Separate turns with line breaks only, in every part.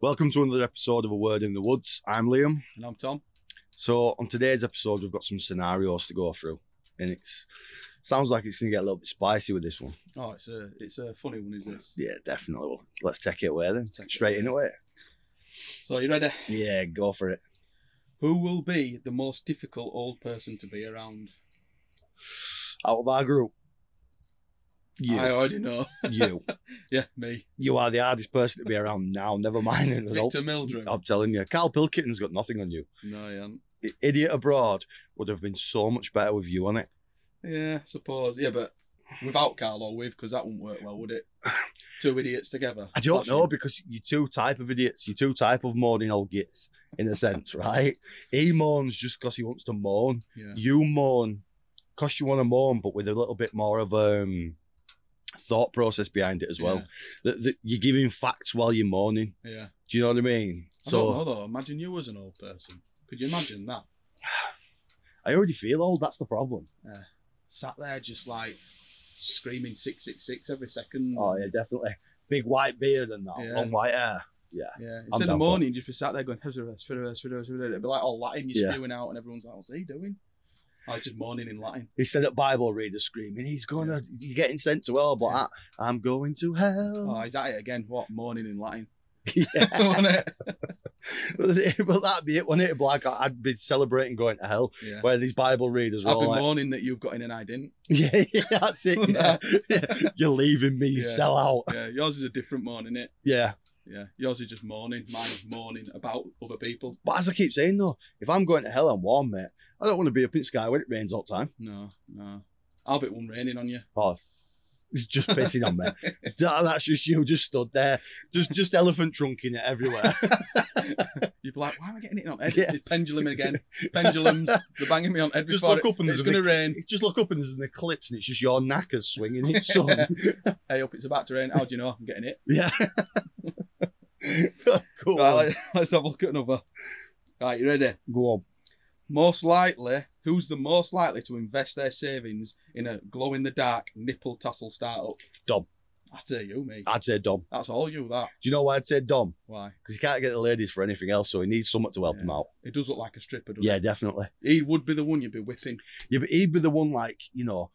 Welcome to another episode of A Word in the Woods. I'm Liam.
And I'm Tom.
So on today's episode, we've got some scenarios to go through, and it's sounds like it's going to get a little bit spicy with this one.
Oh, it's a it's a funny one, is this?
Yeah, definitely. Well, let's take it away then.
Take it
Straight in away.
So you ready?
Yeah, go for it.
Who will be the most difficult old person to be around?
Out of our group,
I
you,
already know.
you,
Yeah, me.
you are the hardest person to be around now. Never mind an adult.
Victor Mildred.
I'm telling you, Carl Pilkington's got nothing on you.
No, I am.
I- Idiot abroad would have been so much better with you on it.
Yeah, I suppose. Yeah, but without Carl or with, because that wouldn't work well, would it? Two idiots together.
I don't
Clashing.
know because you're two type of idiots. You're two type of moaning old gits in a sense, right? He moans just because he wants to moan.
Yeah.
You moan because you want to moan, but with a little bit more of um thought process behind it as well. That, that you're giving facts while you're moaning.
Yeah. yeah.
Do you know what I mean?
I don't
So
know though. Imagine you as an old person. Could you imagine that?
I already feel old. That's the problem.
Sat there just like screaming six six six every second.
Oh yeah, definitely. Big white beard and that
Yeah.
long white hair.
Yeah,
down
instead
for it.
of moaning, just be sat there going, "Huzzaras, huzzaras, huzzaras, huzzaras." it'd be like all Latin you're
Yeah.
spewing out, and everyone's like, what's he doing? I was just moaning in Latin.
Instead of Bible readers screaming, he's gonna, you're getting sent to hell, but
Yeah.
I, I'm going to hell.
Oh, he's at it again. What? Moaning in Latin.
Yeah.
Wasn't it?
well, that'd be it, wouldn't it? But like, I- I'd be celebrating going to hell
Yeah.
where these Bible readers are
I've
all
been
like,
moaning that you've got in and I didn't.
yeah, yeah, that's it. Yeah. Yeah. You're leaving me, you
Yeah.
sell out.
Yeah, yours is a different moan, is it?
Yeah.
Yeah, yours is just moaning. Mine is moaning about other people.
But as I keep saying, though, if I'm going to hell, I'm warm, mate. I don't want to be up in the sky when it rains all the time.
No, no. I'll bet one raining on you.
Oh, it's just pissing on me. That- that's just you, just stood there, just just elephant trunking it everywhere.
You'd be like, why am I getting it on head?
Yeah.
It's pendulum again. Pendulums. They're banging me on head
Just
before
look
it-
up and
it's
there's
going
an
to rain.
just look up and there's an eclipse, and it's just your knackers swinging its sun.
Hey, up, it's about to rain. How do you know? I'm getting it.
Yeah. Go
Right,
on.
let- let's have a look at another. Right, you ready?
Go on.
Most likely, who's the most likely to invest their savings in a glow in the dark nipple tassel startup?
Dom.
I tell you, mate.
I'd say Dom.
That's all you, that.
Do you know why I'd say Dom?
Why?
Because he can't get the ladies for anything else, so he needs someone to help him
Yeah.
out.
It does look like a stripper, doesn't
Yeah, definitely.
it? He would be the one you'd be whipping.
Yeah, but he'd be the one like, you know,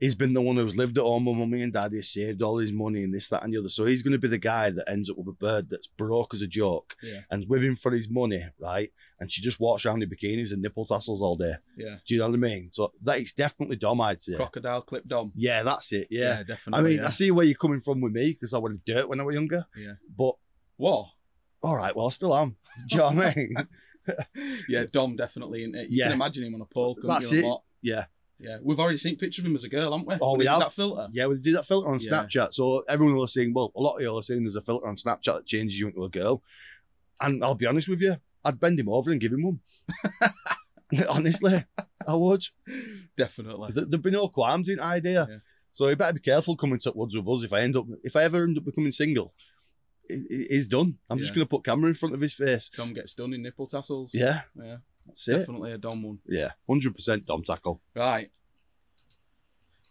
he's been the one who's lived at home with mummy and daddy, saved all his money and this, that, and the other. So he's going to be the guy that ends up with a bird that's broke as a joke
Yeah.
and with him for his money, right? And she just walks around in bikinis and nipple tassels all day.
Yeah.
Do you know what I mean? So that is definitely Dom, I'd say.
Crocodile clip Dom.
yeah, that's it. Yeah. I
definitely.
mean,
yeah.
I see where you're coming from with me because I would have dirt when I was younger.
Yeah.
But
What?
all right, well, I still am. Do you know what I mean?
Yeah, Dom definitely, isn't it? You
Yeah.
can imagine him on a pole. couldn't
That's
you,
it.
a lot?
Yeah.
Yeah. We've already seen pictures of him as a girl, haven't we?
Oh,
When
we
he did
have.
That filter.
Yeah, we did that filter on
Yeah.
Snapchat. So everyone will have seen, well, a lot of you all have seen there's a filter on Snapchat that changes you into a girl. And I'll be honest with you, I'd bend him over and give him one. Honestly, I would.
Definitely.
There- There'd be no qualms in the idea.
Yeah.
So you better be careful coming to Woods with us. If I end up, if I ever end up becoming single, it, it- it's done. I'm just
Yeah.
going to put camera in front of his face.
Dom gets done in nipple tassels.
Yeah,
Yeah.
that's it.
Definitely a Dom one.
Yeah, 100% Dom tackle.
Right.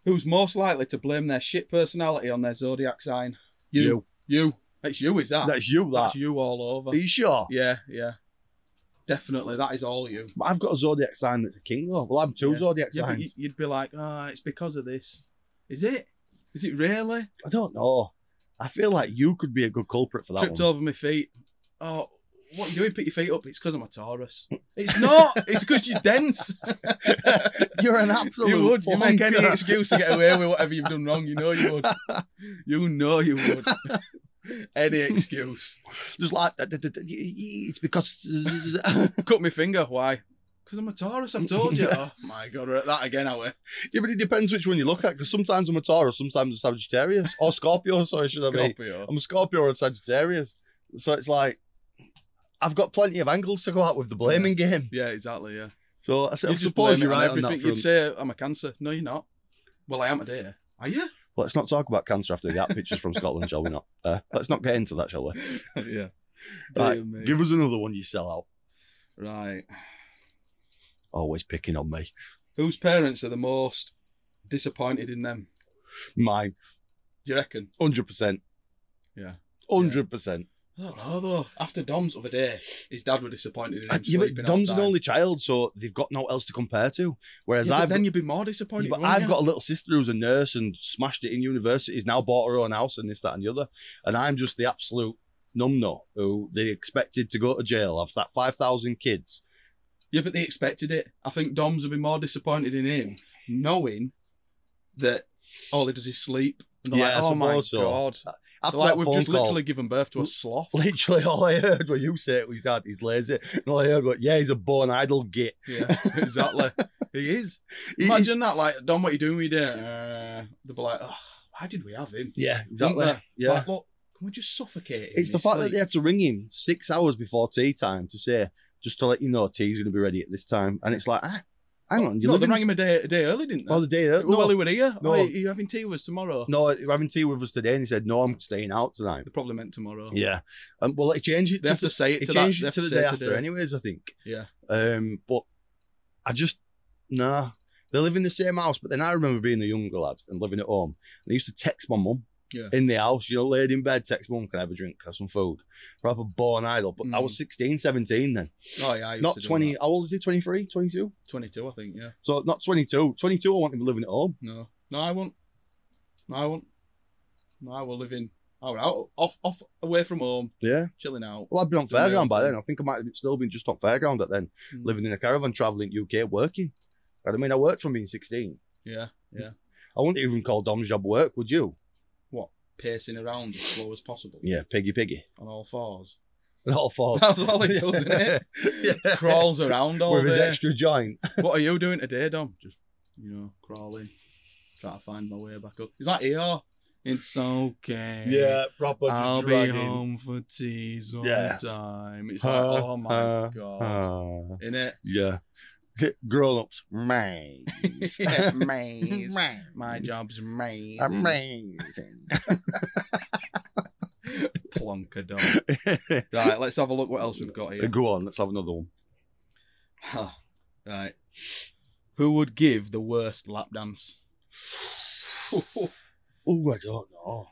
Who's most likely to blame their shit personality on their zodiac sign? You. You. It's you, is that?
That's you, that.
That's you all over.
Are you sure?
Yeah, yeah. Definitely, that is all you.
But I've got a zodiac sign that's a king, though. Well, I'm two
Yeah.
zodiac
Yeah, but
signs.
you- you'd be like, ah, it's because of this. Is it? Is it really?
I don't know. I feel like you could be a good culprit for that
Tripped
one.
over my feet. Oh, what are you doing? Pick your feet up. It's because I'm a Taurus. It's not. it's because you're dense.
You're an absolute.
You would. You make any
plonker.
excuse to get away with whatever you've done wrong. You know you would. You know you would. any excuse.
Just like that. It's because
Cut my finger. Why? Because I'm a Taurus. I've told you. oh my god, we're at that again, are we?
yeah, but it depends which one you look at. Because sometimes I'm a Taurus, sometimes I'm Sagittarius or Scorpio. Sorry, should I be?
Scorpio.
I'm a Scorpio or a Sagittarius. So it's like I've got plenty of angles to go out with the blaming game.
Yeah, exactly. Yeah.
So I, s- I
You just
suppose
blame
you're
it on
right on
Everything
that
you'd
front.
say, I'm a Cancer. No, you're not. Well, I am today. Are you?
Let's not talk about cancer after the gap pictures from Scotland, shall we not? Uh, let's not get into that, shall we?
yeah.
Right,
Dear me.
Give us another one you sell out.
Right.
Always picking on me.
Whose parents are the most disappointed in them?
Mine.
Do you reckon?
Hundred percent.
Yeah.
Hundred percent.
I don't know though. After Dom's other day, his dad were disappointed in him.
I- yeah, but
sleeping
Dom's an
outside.
only child, so they've got no else to compare to. Whereas
Yeah, but
I've
then
got-
you'd be more
yeah,
disappointed.
but
wouldn't
I've
you?
got a little sister who's a nurse and smashed it in university. Has now bought her own house and this, that, and the other. And I'm just the absolute numbnut who they expected to go to jail. I've that five thousand kids.
Yeah, but they expected it. I think Dom's would be more disappointed in him knowing that all he does is sleep. And they're
Yeah, I
like, oh my
suppose so.
god. They're
After
like,
that
we've
phone
just
call,
literally given birth to a sloth.
literally all I heard when you say it was dad, he's lazy. And all I heard was, yeah, he's a born idle git.
yeah, exactly. He is.
He-
Imagine that, like, Dom, what are you doing with your day? Uh, they'd be like, oh, why did we have him?
yeah, exactly.
Wouldn't
Yeah.
Like, look, can we just suffocate him?
It's the
in his
fact that
sleep?
they had to ring him six hours before tea time to say, just to let you know, tea's going to be ready at this time. And it's like, ah, hang on, you're
no, they
living
rang him a day, a day early, didn't they?
Oh, the day that-
Well,
no,
he were here.
no.
Oh, you you having tea with us tomorrow?
no, you're having tea with us today, and he said, no, I'm staying out tonight.
They probably meant tomorrow.
Yeah, um, well, it changed it.
They
to-
have to say it
it
to that.
changed
they
it
have
to the
say
day
it
after,
today.
anyways. I think.
Yeah.
Um, but I just nah. They live in the same house, but then I remember being a younger lad and living at home. And I used to text my mum
Yeah.
in the house, you know, laid in bed, text mum, can I have a drink, can I have some food? Proper born idle. But I was 16, 17 then.
Oh, yeah. Mm. I used
Not
to do
20,
that.
how old is he? 23, 22?
22, I think, yeah.
So not 22. 22, I want to be living at home.
No, no, I won't. No, I won't. No, I will live in. I will out, off, off, away from home,
Yeah.
chilling out.
Well, I'd been on
Doing my own
fairground by
thing.
then. I think I might have still been just on fairground at then,
Mm.
living in a caravan, traveling UK, working. I mean, I worked from being 16.
Yeah, yeah.
I wouldn't even call Dom's job work, would you?
Pacing around as slow as possible
Yeah, piggy piggy.
on all fours.
And all four.
That's all he does, isn't it?
Yeah.
Crawls around all
With his
day.
extra joint.
What are you doing today, Dom? Just, you know, crawling, trying to find my way back up. Is that ER? It's okay.
proper
I'll be home for tea
Yeah.
sometime. It's
Huh,
like, oh my
huh,
god,
Ah,
in it.
yeah. Grown ups, man.
yeah, maze. My job's maze.
Amazing.
plonker dog. Right, let's have a look what else we've got here.
Go on, let's have another one.
Huh. right. Who would give the worst lap dance? the
Oh, I don't know.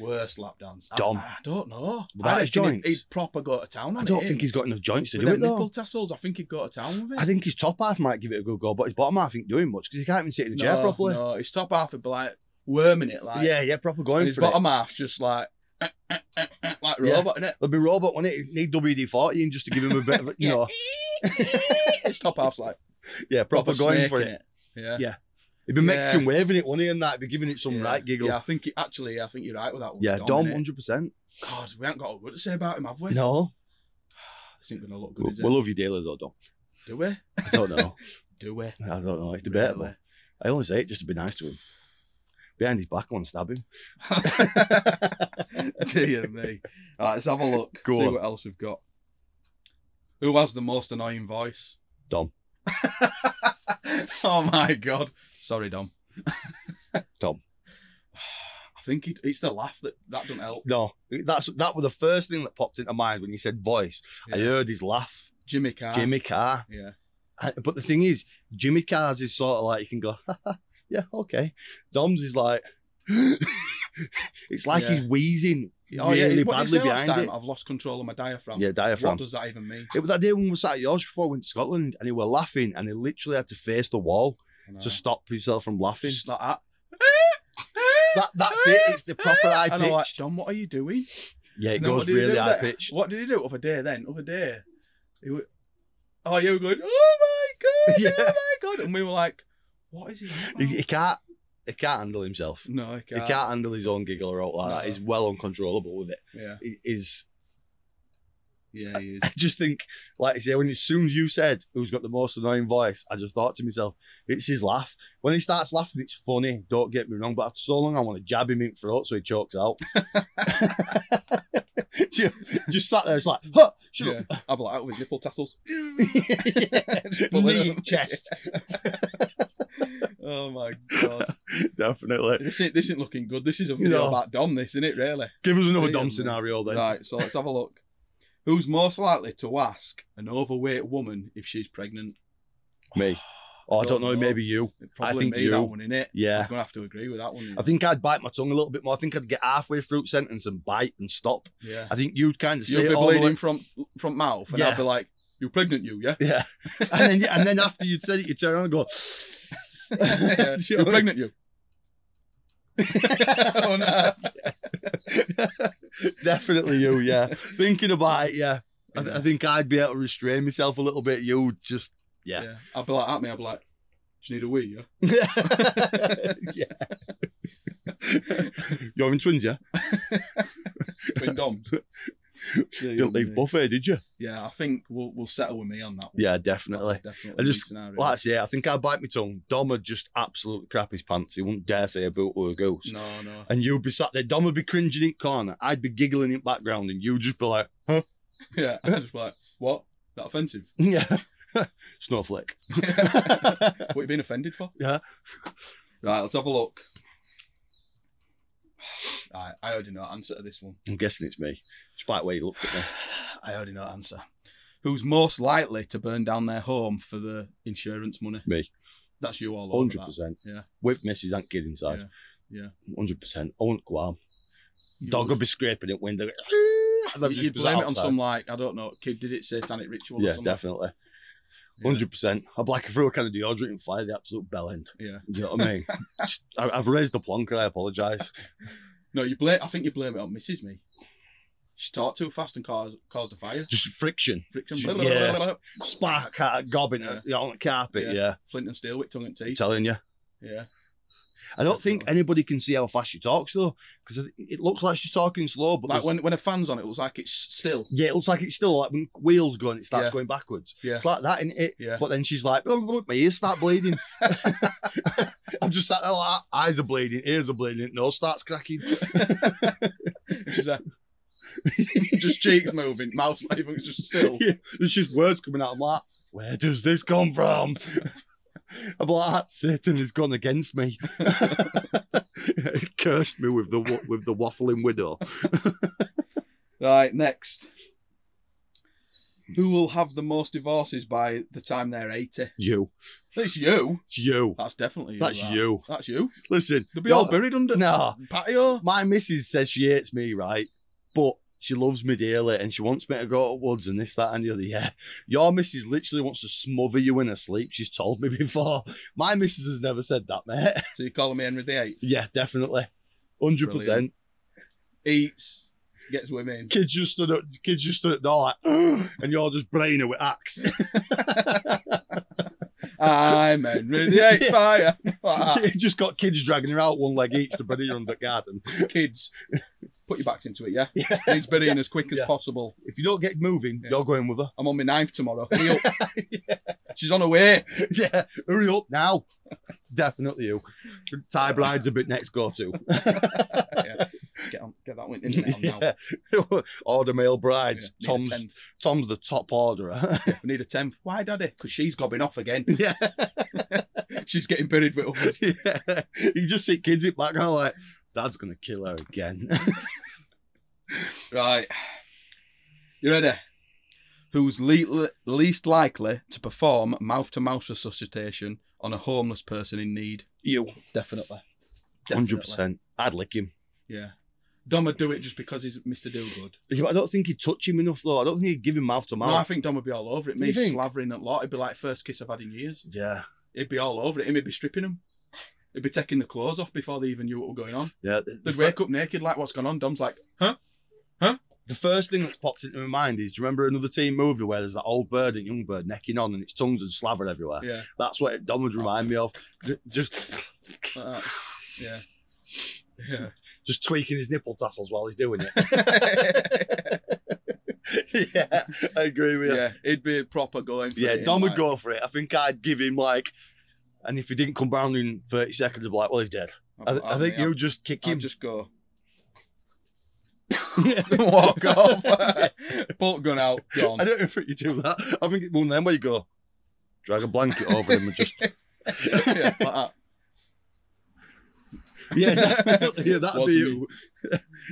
worst lap dance. I-
Dom.
I, don't know.
Without
I
his
reckon
joints?
He'd, he'd proper go to town on
I don't
it,
think
him.
he's got enough joints to
With
do it,
them nipple
though.
tassels, I think he'd go to town with it.
I think his top half might give it a good go, but his bottom half ain't doing much because he can't even sit in a chair
no,
properly.
No, his top half would be like worming it, like
yeah, yeah, proper
and
going
his
for it.
bottom half's just like eh, eh, eh, eh, like
Yeah.
robot, innit?
It'll be robot, won't it? It'd Need WD forty and just to give him a bit of, you know,
his top half's like
yeah, proper, going
snake
for
in
it.
Yeah.
Yeah. He'd be
Yeah.
Mexican waving it, wouldn't he? And that, He'd be giving it some
yeah.
right giggle.
Yeah,
Yeah,
I think actually, I think you're right with that one.
Dom,
innit?
hundred percent.
God, we haven't got a word to say about him, have we?
No,
This ain't gonna look good,
we'll,
is it?
we'll love you daily though, Dom.
Do we?
I don't know.
Do we?
I don't know. It's debatable.
Really?
I only say it just to be nice to him. Behind his back, I want to stab him.
Dear me. All right, let's have a look.
Go
See
on.
what else we've got. Who has the most annoying voice?
Dom.
oh my god. Sorry, Dom.
Dom.
I think it, it's the laugh that that doesn't help.
No, that's that was the first thing that popped into mind when he said voice. I
Yeah. Ah.
heard his laugh.
Jimmy Carr.
Jimmy Carr.
Yeah.
I- But the thing is, Jimmy Carr's is sort of like you can go, yeah, okay. Dom's is like, it's like
Yeah.
he's wheezing
Oh yeah.
really
what did you
badly
say last
behind
time?
it.
I've lost control of my diaphragm.
Yeah,
What
diaphragm.
does that even mean?
It was that day when we sat at yours before I went to Scotland and he were laughing and he literally had to face the wall
I know.
to stop himself from laughing.
Just like that.
That, that's it, it's the proper high
And I'm like,
pitch.
Dom, what are you doing?
Yeah, it
And then what
goes
did he do
really
with
high
it?
pitched.
What did he do other day then? Other day, he wa- oh yeah, we were going, oh my god,
Yeah.
oh my god, and we were like, what is he? on
He,
about?
he can't he can't handle himself.
no, he
He
can't.
can't handle his own giggle or out like that.
No.
He's well uncontrollable with it.
Yeah,
He- He's
yeah, he is.
I just think, like I say, when as soon as you said who's got the most annoying voice, I just thought to myself, it's his laugh. When he starts laughing, it's funny. Don't get me wrong, but after so long, I want to jab him in the throat so he chokes out. just, just sat there, it's like, huh, shut
yeah. I'm like out with his nipple tassels.
up.
Just put one
Knee,
up.
chest.
Oh my god,
Definitely.
this ain't this ain't looking good. This is a video
No.
about Dom, this isn't it? Really.
Give us another
Yeah,
Dom
mate.
scenario then.
um, Right, so let's have a look. Who's most likely to ask an overweight woman if she's pregnant?
Me. Or Oh, I don't know, maybe you.
Probably
think
me,
you-
that one, innit?
Yeah.
I'm going to have to agree with that one.
I think I'd bite my tongue a little bit more. I think I'd get halfway through sentence and bite and stop.
yeah.
I think you'd kind of say
You'll
it
be
all the way-
bleeding from, from mouth, and
Yeah.
I'll be like, you're pregnant, you, yeah?
and then and then after you'd said it, you'd turn around and go. Do
Yeah,
you know
You're
what I
pregnant, you. oh, no.
mean? Definitely you, yeah. Thinking about it, yeah. I, th-
Yeah.
I think I'd be able to restrain myself a little bit. You just, Yeah.
Yeah. I'll be like, at me, I'll be like, do you need a wee, yeah?
yeah. You're in twins, yeah.
Twin doms.
Didn't leave buffet, did you?
Yeah, I think we'll we'll settle with me on that one.
Yeah,
That's
definitely.
definitely
I
the
just-
scenario.
Like I say, I think I'd bite my tongue. Dom would just absolutely crap his pants. He wouldn't dare say a boot or a goose.
no, no.
And you'd be sat there. Dom would be cringing in corner. I'd be giggling in background, and you'd just be like, "Huh?
Yeah, I was just like, what? That offensive?
Yeah, snowflake."
what are you being offended for?
Yeah.
Right, let's have a look. Right, I already know the answer to this one.
I'm guessing it's me, despite the way he looked at me.
I already know the answer. Who's most likely to burn down their home for the insurance money?
Me.
That's you all over
Hundred
that.
percent.
Yeah.
With Mrs. Aunt Kid inside.
Yeah, yeah.
Hundred percent. I wouldn't go out.
You
Dog
would-
would be scraping at window. and I'd just
You'd
be
blame it on
outside.
some like I don't know, kid did it satanic ritual or
Yeah,
something.
definitely.
Yeah.
Hundred percent. I'd like through a can of deodorant and fire the absolute bell end.
Yeah.
Do you know what I mean? Just- I- I've raised the plonker. I apologise.
No, you blame. I think you blame it on Mrs. Me. She talked too fast and caused caused a fire.
Just friction,
Friction.
Yeah. spark, uh, gobbing
Yeah.
yeah. on the carpet.
Yeah.
Yeah.
Flint and steel with tongue and
I'm
teeth.
telling you.
Yeah.
I don't think
Definitely.
anybody can see how fast she talks though, because it looks like she's talking slow, but
like
there's-
when when a fan's on, it looks like it's still.
Yeah, it looks like it's still like when wheels going, it starts
Yeah.
going backwards.
Yeah.
It's like that, isn't it?
Yeah.
But then she's like, oh, look, my ears start bleeding. I'm just sat there like, eyes are bleeding, ears are bleeding, nose starts cracking.
She's like, uh, just cheeks moving, mouth's not even it's just still.
Yeah, There's just words coming out. I'm like, where does this come from? I'm like, "Ah, Satan has gone against me. it cursed me with the wa- with the waffling widow.
Right, next. Who will have the most divorces by the time they're 80?
You,
It's you.
it's you.
That's definitely you.
That's
that.
you.
That's you.
Listen,
They'll be
you're-
all buried under
Nah.
patio.
my missus says she hates me, right? But she loves me dearly and she wants me to go to woods and this, that, and the other. Yeah. Your missus literally wants to smother you in her sleep. She's told me before. My missus has never said that, mate.
So you're calling me Henry VIII.
yeah, definitely. 100%.
Brilliant. Eats, gets women.
Kids just stood up, kids just stood up there like, "Ugh," and you're just braining her with axe.
I'm Henry VIII. Fire. Like
it just got kids dragging her out one leg each to bury her under the garden.
that. Kids, put your backs into it, yeah?
Yeah.
Needs burying as quick as
Yeah.
possible.
If you don't get moving,
Yeah.
you're going with her.
I'm on my ninth tomorrow. Hurry up. She's on her way.
yeah, hurry up now. Definitely you. Tie bride's a bit next go to.
Yeah. Get, on, get that one in there now.
yeah. Order male
Yeah,
brides.
need a
Tom's
10th.
Tom's the top orderer.
Yeah, we need a tenth. Why, Daddy? Because she's gobbing off again.
yeah.
She's getting buried with others.
yeah. You just see kids in background like, Dad's gonna kill her again.
Right. You ready? Who's le- least likely to perform mouth to mouth resuscitation on a homeless person in need?
you.
Definitely.
Hundred
Definitely.
percent. I'd lick him.
Yeah. Dom would do it just because he's Mr. Do Good.
Yeah, but I don't think he'd touch him enough though. I don't think he'd give him mouth to
No, I
mouth.
think Dom would be all over it.
Do
Me
you think?
slavering a lot. It'd be like first kiss I've had in years.
Yeah.
He'd be all over it. Him, he'd be stripping them. He'd be taking the clothes off before they even knew what was going on.
Yeah.
They'd
The,
wake up naked, like what's going on. Dom's like,
the first thing that's popped into my mind is do you remember another teen movie where there's that old bird and young bird necking on and its tongues and slavered everywhere?
yeah,
That's what Dom would remind me of. Ju- Just
like
Uh,
that. yeah, yeah.
just tweaking his nipple tassels while he's doing it. yeah, I agree with you.
yeah, it'd be proper going. For
Yeah,
it,
Dom would
like-
go for it. I think I'd give him like, and if he didn't come round in 30 seconds, I'd be like, well, he's dead. I,
I'd-
I
I'd-
think
I'd-
you just kick
I'd
him.
just go walk off, bolt gun out,
I
gone.
don't think you do that. I think it's one of them where you go, drag a blanket over him and just.
yeah, like that.
Yeah, definitely. Yeah, that'd
Wasn't
be you.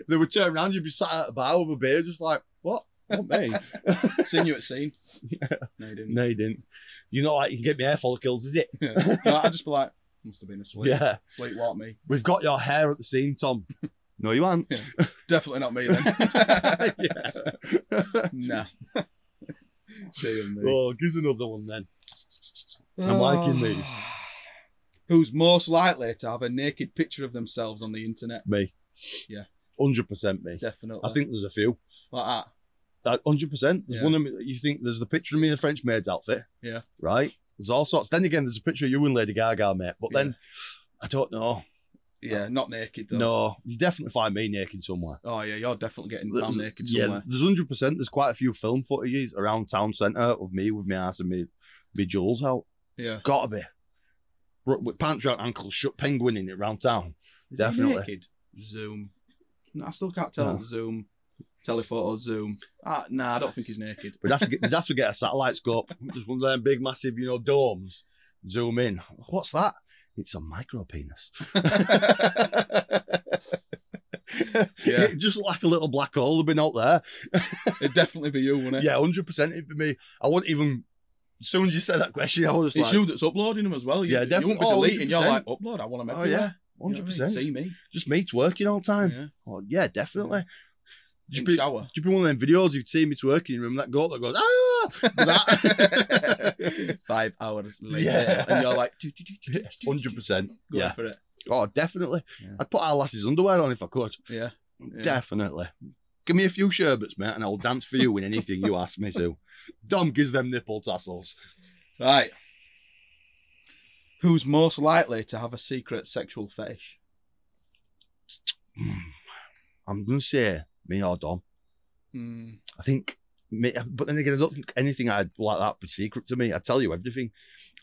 they would turn around, you'd be sat at a bar with a beer, just like, what? Not me.
Seen you at scene. No, you didn't.
no, you didn't. You're not like you can get me hair follicles, is it?
Yeah. No, I'd just be like, must have been a sleep.
Yeah.
Sleepwalk me.
We've got your hair at the scene, Tom. No, you aren't.
Definitely not me then.
yeah.
nah. Seeing me.
Oh, give us another one then. I'm liking these.
Who's most likely to have a naked picture of themselves on the internet?
Me.
Yeah.
Hundred percent me.
Definitely.
I think there's a few.
like that.
Hundred percent. There's
Yeah.
one of me. You think there's the picture of me in a French maid's outfit.
Yeah.
Right. There's all sorts. Then again, there's a picture of you and Lady Gaga, mate. But then, I don't know.
Yeah, not naked though.
No, you definitely find me naked somewhere.
Oh yeah, you're definitely getting damn naked
yeah,
somewhere.
there's hundred percent. There's quite a few film footages around town centre of me with my ass and me, me jewels out.
Yeah.
Gotta be. Ru- With pants around ankles, shut penguin in it round town.
Is he
Definitely.
naked? Zoom. No, I still can't tell.
No.
Zoom. Telephoto. Zoom. Ah, nah, I don't think he's naked.
We'd have to get, we'd have to get a satellite scope, just one of them big, massive, you know, domes. Zoom in. What's that? It's a micro penis.
Yeah.
It just looked like a little black hole had been out there.
It'd definitely be you, wouldn't it?
Yeah, hundred percent. It'd be me. I wouldn't even. As soon as you said that question, I was
It's
just like,
you that's uploading them as well. You,
Yeah,
You won't be
definitely. Oh,
deleting. You're like,
100%.
upload. I want them
oh
everywhere.
yeah, hundred percent.
See me.
Just me twerking all the time.
Yeah.
Oh yeah, definitely.
In
Just be,
shower.
just be one of them videos you've seen me twerking. Remember that goat that goes ah? That.
Five hours later,
Yeah.
and you're like,
Hundred percent.
Go
Yeah.
for it.
Oh, definitely.
Yeah.
I'd put our lass's underwear on if I could.
Yeah. Yeah.
Definitely. Give me a few sherbets, mate, and I'll dance for you in anything you ask me to. Dom gives them nipple tassels.
Right. Who's most likely to have a secret sexual fetish?
Hmm. I'm gonna say me or Dom.
Mm.
I think, me, but then again, I don't think anything I'd like that be secret to me. I tell you everything.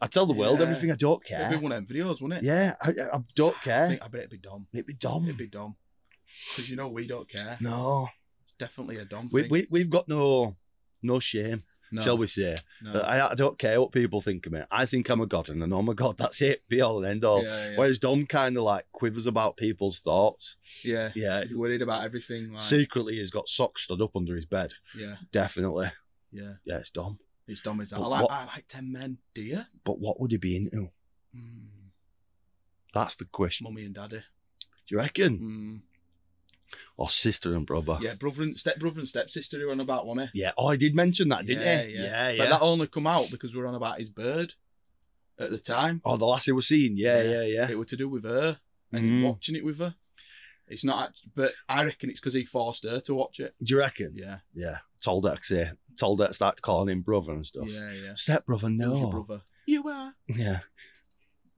I tell the world
Yeah.
everything. I don't care.
It'd be one of them videos, wouldn't it?
Yeah, I, I I don't
I,
care.
think, I bet it'd be Dom.
It'd be Dom.
It'd be Dom. Because you know we don't care.
no,
It's definitely a Dom
we,
thing.
we we've got no no shame,
no,
shall we say?
No.
I, I don't care what people think of me. I think I'm a god, and I am a god. That's it. Be all and end all.
yeah, yeah.
Whereas Dom kind of like quivers about people's thoughts.
yeah.
Yeah.
You're worried about everything. Like,
Secretly, he's got socks stood up under his bed.
yeah,
Definitely.
yeah.
Yeah, it's Dom.
It's Dom is that. I
But
like,
what-
I like 10 men. Do you?
But what would he be into?
Mm.
That's the question.
Mummy and daddy.
Do you reckon?
Mm.
Or sister and brother?
Yeah, brother and step brother and stepsister who were on about, wasn't it?
Yeah. Oh, I did mention that, didn't
Yeah,
he?
yeah.
Yeah, yeah.
But that only come out because we were on about his bird at the time.
Oh, the last he was seeing. Yeah,
Yeah.
yeah, yeah.
It were to do with her and him
Mm.
watching it with her. It's not, act- but I reckon it's because he forced her to watch it.
Do you reckon?
Yeah,
Yeah. Told her to say, told her to start calling him brother and stuff.
yeah, yeah.
Step brother,
Who's your
no.
brother. You are.
Yeah.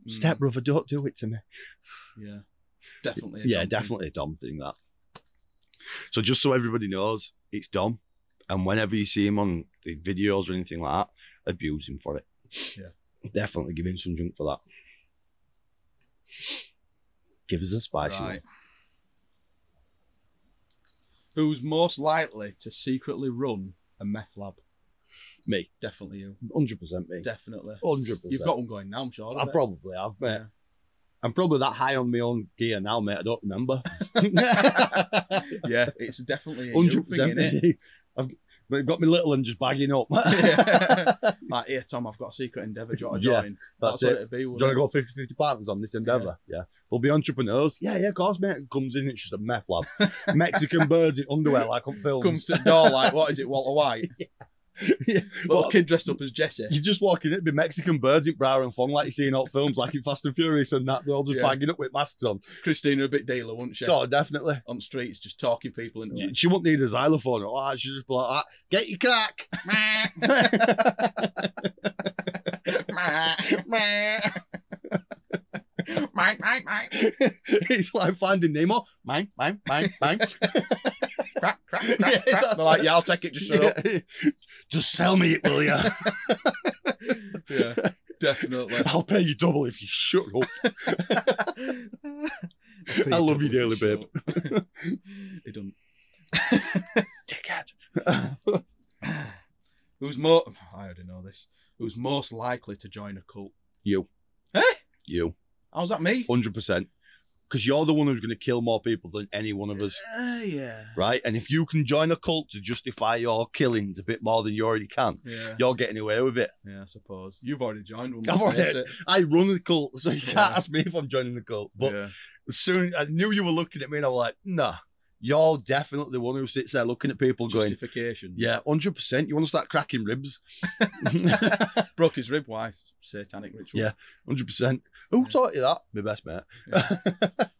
Mm,
Step brother, don't do it to me.
Yeah, definitely. a
yeah,
dumb thing.
definitely a Dom thing that. So just so everybody knows, it's Dom, and whenever you see him on the videos or anything like that, abuse him for it. Yeah, definitely give him some junk for that. Give us a spicy
Right. Who's most likely to secretly run a meth lab?
Me.
Definitely you.
one, hundred percent me,
Definitely.
hundred
You've
percent.
got one going now, I'm sure. of
I
it.
probably have, mate.
Yeah.
I'm probably that high on my own gear now, mate. I don't remember.
yeah, it's definitely a you
Hundred
thing,
percent
innit?
me. I've but I've got my little one just bagging up.
Yeah. Like, here, Tom, I've got a secret endeavour. Do you want to
Yeah,
join?
That's
what
it.
it'd be.
Do you
wouldn't
want to go 50 50 partners on this endeavor? Yeah. We'll be entrepreneurs. Yeah, yeah, of course, mate. Comes in, it's just a meth lab. Mexican birds in underwear, like on
it?
films.
Comes to the door like, what is it, Walter White?
Yeah,
Little
well,
kid dressed up as Jesse.
you just walk in, it'd be Mexican birds in bra and thong, like you see in old films, like in Fast and Furious and that. They're all just
Yeah.
bagging up with masks on.
Christina a bit dealer, wouldn't she?
Oh, definitely.
On streets, just talking people into
You-
it.
She won't need a xylophone. or that. she'd just be like, that. get your crack.
Mike, Mike, Mike.
it's like finding Nemo. Mine, mine, mine, mine.
Crack, crack, crack,
Yeah,
crack. They're like, yeah, I'll take it, just shut up.
Yeah. Just sell me it, will you?
Yeah, definitely.
I'll pay you double if you shut up. I love you dearly, babe.
it done.
Dickhead.
Who's more? I already know this. Who's most likely to join a cult?
you.
Eh?
You.
How's that me?
100%. because you're the one who's going to kill more people than any one of us,
Uh, yeah.
right? And if you can join a cult to justify your killings a bit more than you already can,
Yeah.
you're getting away with it.
Yeah, I suppose. You've already joined one.
I've
let's face
already-
it.
I run a cult, so you can't
Yeah.
ask me if I'm joining the cult. But
Yeah.
as soon I knew you were looking at me, and I was like, nah, you're definitely the one who sits there looking at people going,
Justification.
yeah, 100%. You want to start cracking ribs?
Broke his rib. Why? Satanic ritual.
Yeah. 100%. Who
Yeah.
taught you that? My best mate.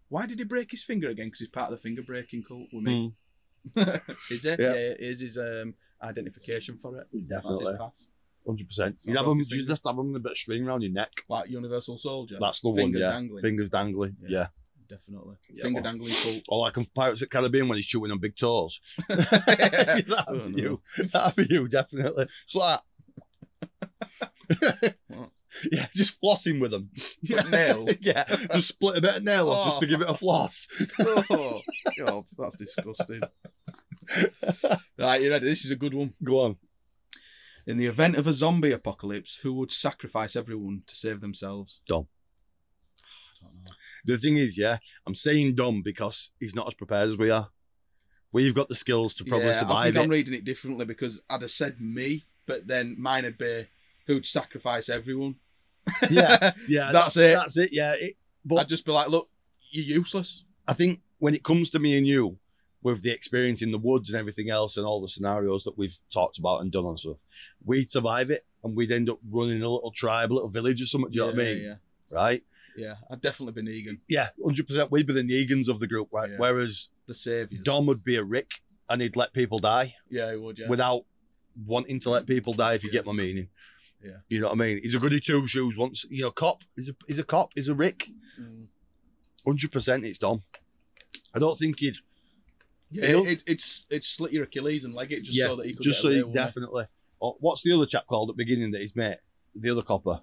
Why did he break his finger again? Because he's part of the finger breaking cult with me. is it?
Hmm. Yeah.
Yeah. it is his um, identification for it. That's
Definitely.
his pass.
100%.
So
You have
I've got
them,
this
you
finger.
just have them in a bit of string around your neck.
Like Universal Soldier.
That's the
finger
one, yeah.
dangling.
Fingers dangling,
Yeah.
yeah.
Definitely.
Yeah,
Finger
well.
dangling cult.
Or like on Pirates of the Caribbean when he's chewing on big toes.
I
That'd
don't
be
know.
you. That'd be you, definitely. It's like that.
What?
yeah, just flossing with them.
But nail.
yeah, just split a bit of nail off just to give it a floss.
oh, God, that's disgusting. right, you ready? This is a good one.
Go on.
In the event of a zombie apocalypse, who would sacrifice everyone to save themselves?
Dom.
I don't know.
The thing is, yeah, I'm saying dumb because he's not as prepared as we are. We've got the skills to probably
yeah, I
survive
think I'm
it.
reading it differently because I'd have said me, but then mine would be who'd sacrifice everyone.
yeah, yeah,
that's it.
that's it. Yeah, it, but
I'd just be like, look, you're useless.
I think when it comes to me and you, with the experience in the woods and everything else, and all the scenarios that we've talked about and done on stuff, we'd survive it and we'd end up running a little tribe, a little village or something. Do you know what I
Yeah,
mean?
Yeah,
Right?
yeah. I'd definitely be Negan,
Yeah, hundred percent. We'd be the Negans of the group, right?
Yeah.
Whereas
the saviour.
Dom would be a Rick and he'd let people die
Yeah, he would, yeah.
without wanting to let people die. If you
Yeah.
get my meaning.
Yeah.
You know what I mean? He's a goody two shoes. Once you know, cop. He's a he's a cop. He's a Rick.
Mm.
Hundred percent. It's Dom. I don't think he'd
Yeah,
He'll-
it, it, it's it's slit your Achilles and leg it just
Yeah,
so that he could
just
get
so
away
you
with it.
definitely. Oh, what's the other chap called at the beginning that he's met? The other copper,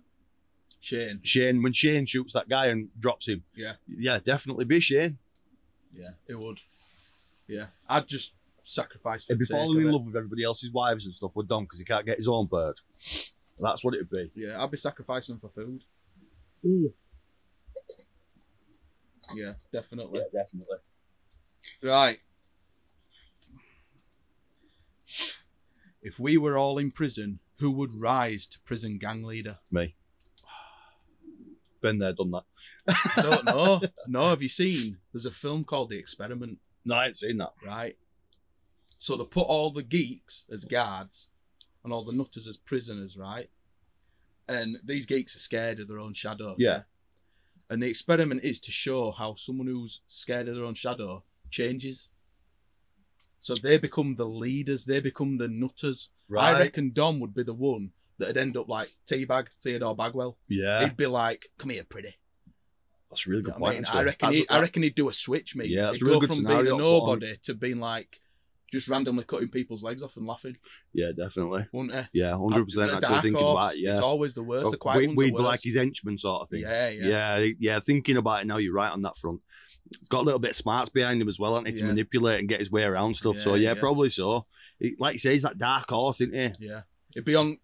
Shane.
Shane. When Shane shoots that guy and drops him,
Yeah.
yeah, definitely be Shane.
Yeah, it would. Yeah, I'd just sacrifice. For
He'd be
the sake
falling
of
in
it.
love with everybody else's wives and stuff with Dom because he can't get his own bird. That's what it'd be.
Yeah, I'd be sacrificing for food. Yeah, definitely.
definitely.
Right. If we were all in prison, who would rise to prison gang leader?
Me. Been there, done that.
I don't know. no, have you seen? There's a film called The Experiment,
No, I ain't seen that.
right? So they put all the geeks as guards and all the nutters as prisoners, right? And these geeks are scared of their own shadow.
Yeah.
And the experiment is to show how someone who's scared of their own shadow changes. So they become the leaders, they become the nutters.
Right.
I reckon Dom would be the one that'd end up like Teabag, Theodore Bagwell.
yeah,
He'd be like, "Come here, pretty."
that's a really
You know
good
what I,
point.
mean?
actually.
I reckon.
That's-
He, I reckon he'd do a switch, mate.
Yeah, that's
he'd
a really
go
good
from being
scenario
a
to put on.
nobody to being like just randomly cutting people's legs off and laughing,
Yeah, definitely.
wouldn't he?
Yeah, hundred percent.
The
Actually
dark
thinking
horse,
about it. Yeah,
it's always the worst. The quiet
we,
ones
we'd
are
be
worse.
like his henchman sort of thing.
yeah, yeah,
Yeah. yeah, Thinking about it now, you're right on that front. Got a little bit of smarts behind him as well, hasn't he, to
Yeah.
manipulate and get his way around stuff. so
Yeah,
yeah,
yeah.
probably so. He, like you say, he's that dark horse, isn't he?
yeah. He'd be on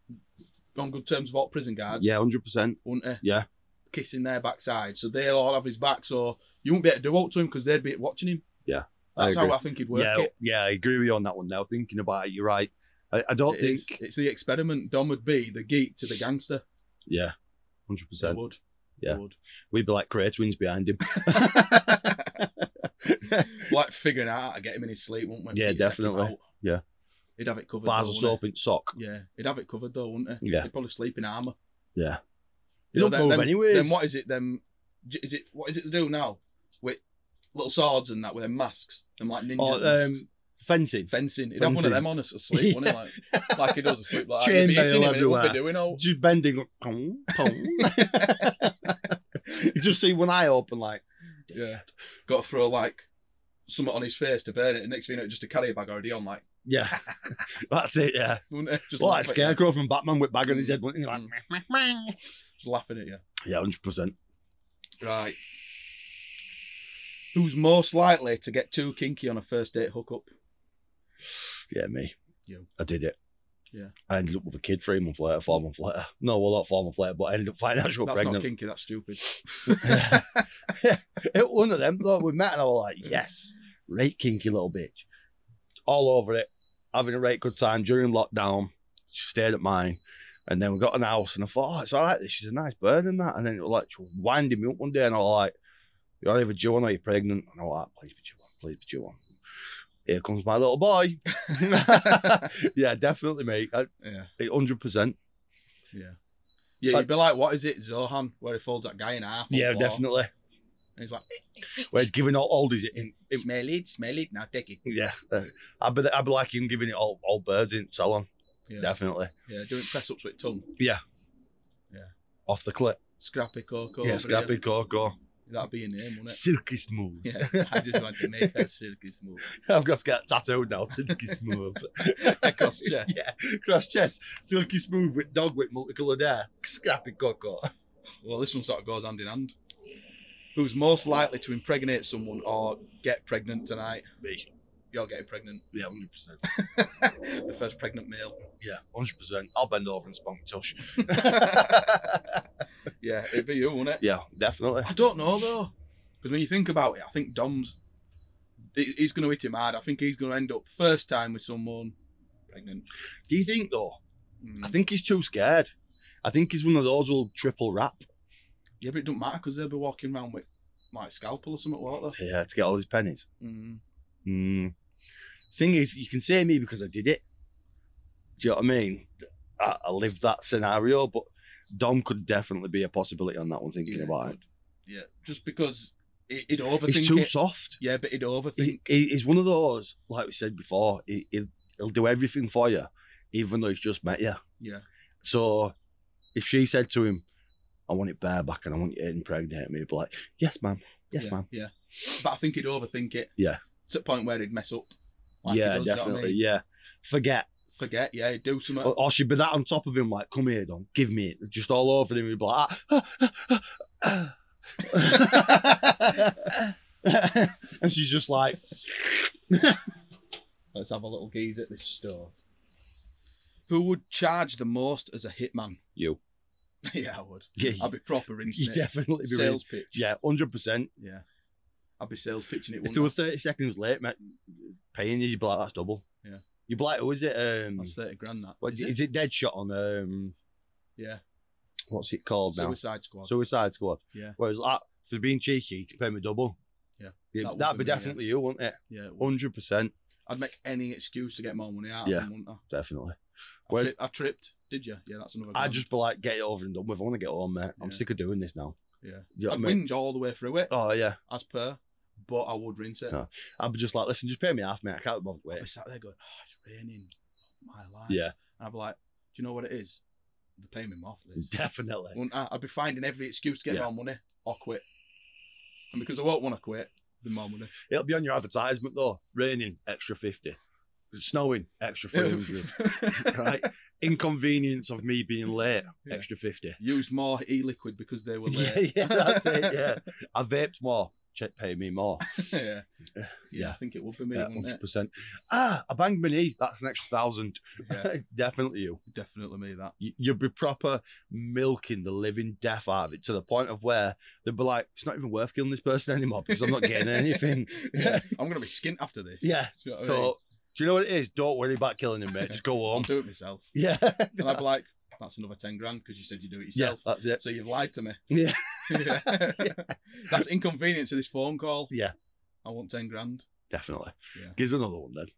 on good terms with all prison guards.
Yeah, hundred percent.
wouldn't he?
Yeah.
Kissing their backside, so they'll all have his back. So you won't be able to do out to him because they'd be watching him.
I
That's how
agree.
I think he'd work
Yeah,
it.
yeah, I agree with you on that one. Now thinking about it, you're right. I, I don't
It
think.
is- it's the experiment. Dom would be the geek to the gangster.
Yeah, hundred
He
percent.
would. He
Yeah.
would.
We'd be like cray twins behind him.
Like figuring out how to get him in his sleep, wouldn't we?
Yeah,
He'd take him
definitely.
out.
Yeah.
He'd have it covered.
Bars
though,
of
wouldn't
soap in sock.
he? Yeah, he'd have it covered though, wouldn't he?
Yeah.
He'd probably sleep in armour.
Yeah. You
You know,
don't
them-
move
them-
anyways.
Then what is it? Them j- is it? What is it to do now with little swords and that with their masks? Them like ninja
Or,
masks.
um, fencing.
fencing. He'd have one of
fencing.
them on us asleep, wouldn't he? Like, like he does asleep. Like that.
Chain
He'd be
mail
hitting him and it wouldn't
everywhere.
be doing all.
Just bending. up, pong, pong. you just see one eye open, like.
Yeah. Got to throw like something on his face to burn it. And next thing you know, just a carrier bag already on. Like,
Yeah, that's it. Yeah,
wouldn't it? Just
well,
laugh
like
at you.
Scarecrow from Batman with bag on his head. wasn't he? Like,
Mm. Just laughing at you.
yeah, hundred percent.
Right. Who's most likely to get too kinky on a first date hookup?
Yeah, me.
You.
I did it.
Yeah.
I ended up with a kid three months later, four months later. No, well, not four months later, but I ended up finding out she was
That's not
pregnant.
kinky. That's stupid.
It was one of them. Like, we met and I was like, yes, right kinky little bitch. All over it. Having a right good time during lockdown. She stayed at mine. And then we got an house and I thought, oh, it's all right. this. She's a nice bird and that. And then it was like, she was winding me up one day and I was like, you're either due on or you're pregnant. And I was like, "Ah, please be due on, please be due on. Here comes my little boy. yeah, definitely, mate. I-
yeah.
hundred percent.
Yeah. Yeah, you'd be like, what is it, Zohan, where he folds that guy in half? on the
Yeah,
floor,
definitely.
And he's like,
Where it's giving all old is it? In, in,
smell it, smell it, now take it.
yeah, uh, I'd be I'd be like him giving it all all birds in salon.
Yeah.
Definitely
Yeah, doing press ups with tongue.
off the clip.
Scrappy Coco.
yeah,
over
Scrappy Coco,
here. That'd be your name, wouldn't it?
silky smooth.
Yeah, I just want to make that silky smooth.
I've got to get tattooed now. Silky smooth.
Across chest.
Yeah, cross chest. Silky smooth with dog with multicolored hair. Scrappy Coco.
Well, this one sort of goes hand in hand. Who's most likely to impregnate someone or get pregnant tonight?
Me.
You're getting pregnant.
Yeah, hundred percent.
the first pregnant male.
Yeah, hundred percent. I'll bend over and spunk tush.
Yeah, it'd be you, wouldn't it?
yeah, definitely.
I don't know though, because when you think about it, I think Dom's he- he's going to hit him hard. I think he's going to end up first time with someone pregnant.
Do you think though?
Mm.
I think he's too scared. I think he's one of those will triple rap.
Yeah, but it don't matter because they'll be walking around with like a scalpel or something like that.
Yeah, to get all his pennies.
Mm.
Mm. Thing is, you can say me because I did it. Do you know what I mean? I, I lived that scenario, but Dom could definitely be a possibility on that one. Thinking
Yeah,
about it,
good. yeah, just because it, it'd overthink
he's too
it.
soft.
Yeah, but it'd overthink.
He, he- he's one of those, like we said before. He, he'll, he'll do everything for you, even though he's just met you.
Yeah.
So, if she said to him, "I want it bareback and I want you to impregnate me," he'd be like, "Yes, ma'am. Yes,
yeah,
ma'am."
Yeah, but I think he'd overthink it.
Yeah.
to the point where he'd mess up. Like he
yeah,
does, you know what I
definitely.
mean?
Yeah. Forget.
Forget. Yeah, he'd do something.
Or, or she'd be that on top of him, like, come here, don't give me it. Just all over him. He'd be like, "Ah, ah, ah." and she's just like,
Let's have a little gaze at this stove. Who would charge the most as a hitman?
you.
yeah, I would.
Yeah,
I'd be proper in
you definitely be
sales pitch.
Yeah, 100%.
yeah. I'd be sales pitching it.
If they were
One
30 seconds late, mate, paying you, you'd be like, that's double.
Yeah.
You'd be like, who is it? Um,
that's thirty grand. That
what,
Is
is, it?
it?
is it Deadshot on, um,
Yeah.
what's it called now?
Suicide Squad.
Suicide Squad.
Yeah.
Whereas that, for being cheeky, you can pay me double.
Yeah, that
yeah
would
that'd
be
be
me, yeah.
definitely you, wouldn't it?
yeah, it would.
Hundred percent,
I'd make any excuse to get more money out
Yeah.
of them, wouldn't I?
definitely.
I,
Whereas-
tri- I tripped. Did you? Yeah, that's another.
I
grand.
just be like, get it over and done with. I want to get home, mate. I'm
Yeah.
sick of doing this now.
Yeah.
You know
I'd
what I mean?
whinge all the way through it
Oh yeah.
as per, but I would rinse it.
No. I'd be just like, listen, just pay me half, mate. I can't bother
I'd be
waiting.
sat there going, "Oh, it's raining, my life."
Yeah,
And I'd be like, "Do you know what it is? They're paying me more for this."
definitely.
Wouldn't I? I'd be finding every excuse to get
Yeah.
more money or quit. And because I won't want to quit, the more money.
It'll be on your advertisement though. Raining, extra fifty. Snowing, extra three hundred. right. Inconvenience of me being late,
Yeah.
extra fifty.
Use more e-liquid because they were
Yeah,
late.
yeah, that's it. Yeah, I vaped more. Check, pay me more.
yeah. yeah. I
Yeah.
think it would be me, wouldn't
Hundred
it?
percent. Ah, I banged my knee. That's an extra thousand.
Yeah,
Definitely you.
definitely me that.
you- you'd be proper milking the living death out of it to the point of where they'd be like, it's not even worth killing this person anymore because I'm not getting anything.
Yeah. I'm gonna be skint after this.
Yeah.
Do you know what I mean?
So, do you know what it is? Don't worry about killing him, mate. Just go
I'll
home.
do it myself.
Yeah.
And I'd be like, that's another ten grand because you said you do it
Yeah,
yourself.
that's it.
So you've lied to me.
Yeah.
Yeah. that's inconvenience of this phone call.
Yeah.
I want ten grand.
Definitely.
Yeah.
Gives another one then.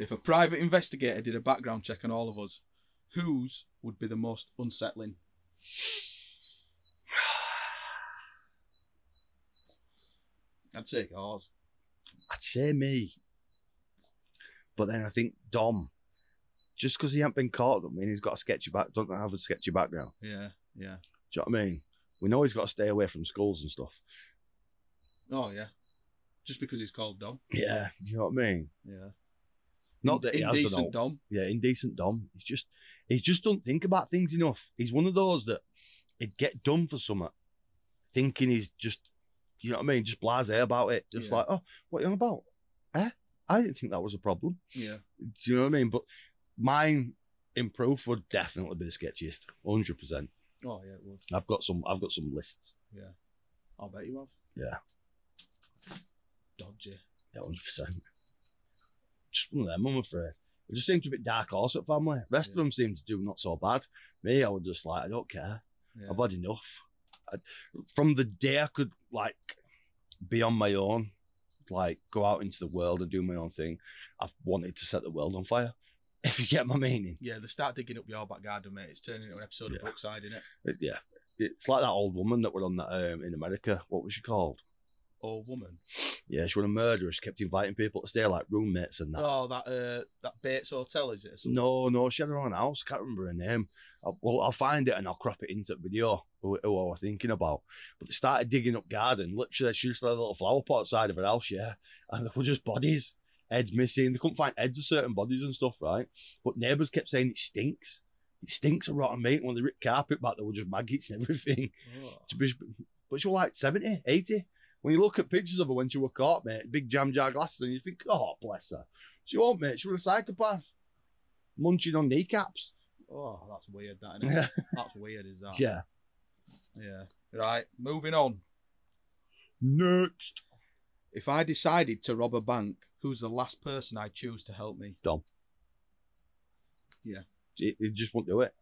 If a private investigator did a background check on all of us, whose would be the most unsettling? I'd say ours.
I'd say me. But then I think Dom, just because he hasn't been caught, I mean, he's got a sketchy back, don't have a sketchy background.
Yeah, yeah.
Do you know what I mean? We know he's got to stay away from schools and stuff.
Oh, yeah. Just because he's called Dom.
Yeah. You know what I mean?
Yeah.
Not that he has done all
Indecent Dom.
yeah, indecent Dom. He's just he just don't think about things enough. He's one of those that he'd get done for something, thinking he's just you know what I mean, just blasé about it. Just
Yeah.
like, oh, what you on about? Eh? I didn't think that was a problem.
Yeah.
Do you know what I mean? But mine in proof would definitely be the sketchiest, hundred percent.
Oh yeah, it would.
I've got some. I've got some lists.
I'll bet you have.
Yeah.
Dodgy.
Yeah, hundred percent. Just one of them, I'm afraid. It just seemed a bit dark horse at family. Rest of
Yeah.
them seemed to do not so bad. Me, I was just like, I don't care.
Yeah.
I've had enough. Oh, I, from the day I could like be on my own, like go out into the world and do my own thing, I've wanted to set the world on fire. If you get my meaning,
Yeah, they start digging up your back garden, mate. It's turning into an episode of
Yeah.
Brookside, innit?
It- yeah, it's like that old woman that were on that um, in America. What was she called?
Or Oh, woman.
Yeah, she was a murderer. She kept inviting people to stay like roommates and that.
Oh, that uh, that Bates Hotel, is it? or something?
No, no, she had her own house. Can't remember her name. I, well, I'll find it and I'll crop it into the video. Who, who I was thinking about. But they started digging up garden. Literally, she just had a little flower pot outside of her house, yeah. And there were just bodies, heads missing. They couldn't find heads of certain bodies and stuff, right? But neighbours kept saying it stinks. It stinks of rotten meat. When they ripped carpet back, there were just maggots and everything.
Oh.
She was- But she was like 70, 80. When you look at pictures of her when she were caught, mate, big jam jar glasses, and you think, oh, bless her. She won't, mate. She was a psychopath. Munching on kneecaps.
Oh, that's weird, that, innit?
yeah.
that's weird, is that? Yeah. Right, moving on.
Next.
If I decided to rob a bank, who's the last person I choose to help me?
It, it just won't do it.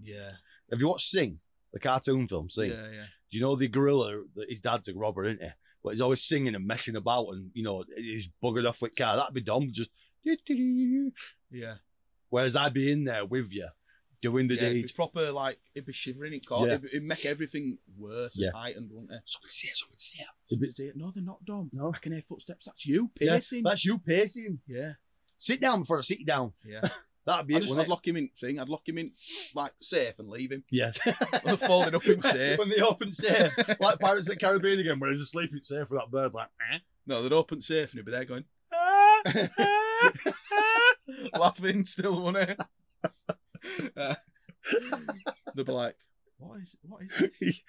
Yeah.
Have you watched Sing, the cartoon film Sing?
Yeah, yeah.
Do you know the gorilla that his dad's a robber, isn't he? But he's always singing and messing about and, you know, he's buggered off with car. That'd be dumb. Just. doo-doo-doo.
Yeah.
Whereas I'd be in there with you doing the
yeah it'd
deed.
be proper, like, it'd be shivering in court.
Yeah.
It'd, be- it'd make everything worse
Yeah.
and heightened, wouldn't it?
Somebody's here, somebody's here.
Somebody's here. No, they're not, Dom.
No.
I can hear footsteps. That's you
Yeah,
piercing.
That's you pacing.
Yeah,
Sit down before I sit you down.
yeah.
That'd be
I
it.
just,
wouldn't
I'd lock him in thing. I'd lock him in like safe and leave him.
it? Yeah.
I'd fold it up in safe.
when they open safe, like Pirates of the Caribbean again, where he's asleep in safe with that bird, like, eh?
No, they'd open safe and he'd be there going
eh."
laughing still, wouldn't it? Uh, they'd be like, "What is? What is?" This?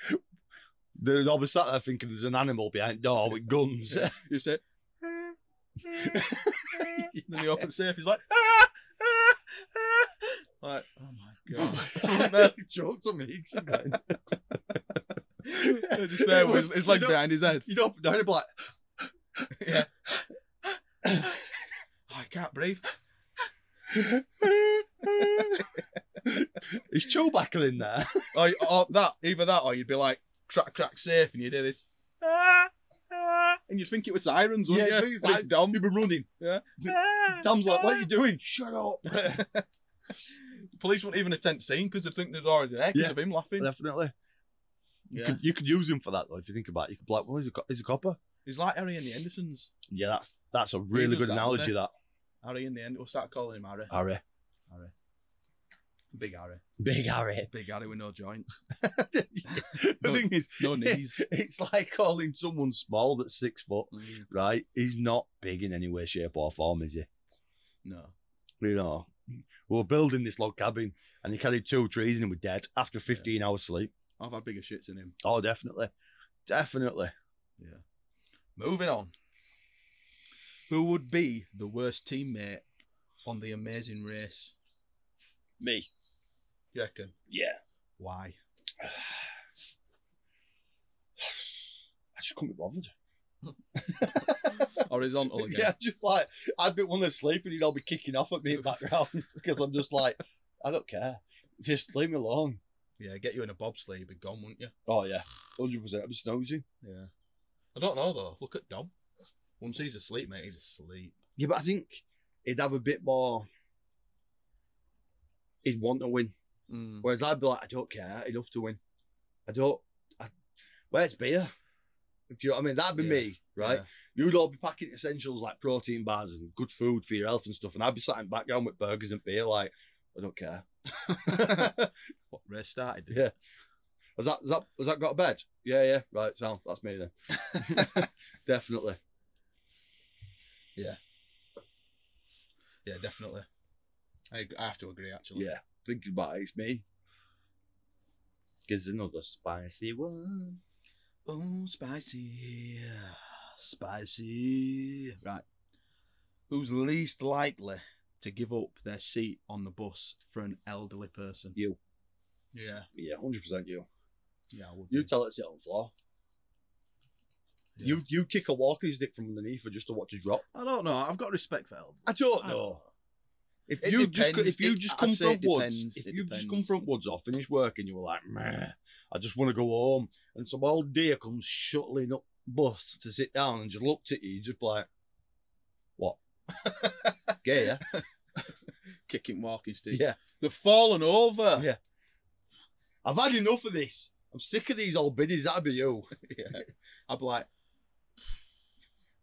There's always sat there thinking there's an animal behind the door with guns.
You say, then he opens safe. He's like, like, oh my god.
he choked on me he's again.
They're just there with his, his leg
You know-
behind his head.
You know, no, he'd be like,
Yeah. I can't breathe.
is Chewbacca in there?
Or, or Oh, that, either that, or you'd be like crack, crack, safe, and you'd hear this, and you'd think it was sirens, wouldn't
Yeah,
you?
it is.
But it's Dom.
You've been running.
Yeah.
Dom's like, what are you doing? Shut up.
Police wouldn't even attempt scene because they'd think they're already there because
Yeah.
of him laughing.
Definitely. You,
Yeah.
could, you could use him for that, though, if you think about it. You could be like, well, he's a, co- he's a copper.
He's like Harry and the Andersons.
Yeah, that's that's a really
does
good
that,
analogy, that,
Harry and the End. We'll start calling him Harry.
Harry.
Big Harry.
Big Harry.
Big Harry with no joints,
the
No-
thing is,
no knees.
it's like calling someone small that's six foot, right? He's not big in any way, shape, or form, is he?
no.
You know, we were building this log cabin and he carried two trees and he was dead after 15 hours sleep.
I've had bigger shits than him.
Oh, definitely. Definitely.
Yeah. Moving on. Who would be the worst teammate on the amazing race?
Me.
You reckon?
Yeah.
Why?
I just couldn't be bothered.
Horizontal again.
Yeah, just like I'd be one asleep and he'd all be kicking off at me in background because I'm just like, I don't care. Just leave me alone.
Yeah, get you in a bobsleigh, be gone, wouldn't you?
Oh yeah, hundred percent. I'm snoozing.
Yeah. I don't know though. Look at Dom. Once he's asleep, mate, he's asleep.
Yeah, but I think he'd have a bit more. He'd want to win,
Mm.
whereas I'd be like, I don't care. He'd love to win. I don't. I, where's beer? Do you know what I mean? That'd be
Yeah,
me, right? You'd all be packing essentials like protein bars and good food for your health and stuff, and I'd be sat in the background with burgers and beer, like I don't care.
What race started?
Yeah. Has that, has that has that got a bed? Yeah, yeah. Right, so that's me then. Definitely.
Yeah, definitely. I, ag- I have to agree, actually.
Yeah. Thinking about it, it's me. Gives another spicy one.
Oh, spicy, spicy. Right. Who's least likely to give up their seat on the bus for an elderly person.
You.
Yeah.
Yeah, hundred percent. You.
Yeah, I would.
You
be.
tell it to sit on the floor.
Yeah.
You you kick a walker's dick from underneath for just to watch it drop.
I don't know. I've got respect for elderly.
I don't
I
know. If
It
you just
depends.
if you
It-
just
I'd
come
say
from
it
woods,
depends.
if
It
you've just come
depends.
from woods or finished work and you were like, Meh, I just want to go home, and some old deer comes shuttling up bus to sit down and just looked at you, you're just like, what? Gay, yeah,
Kicking walking stick.
yeah.
They've fallen over.
Yeah. I've had enough of this. I'm sick of these old biddies. That'd be you.
Yeah. I'd be like,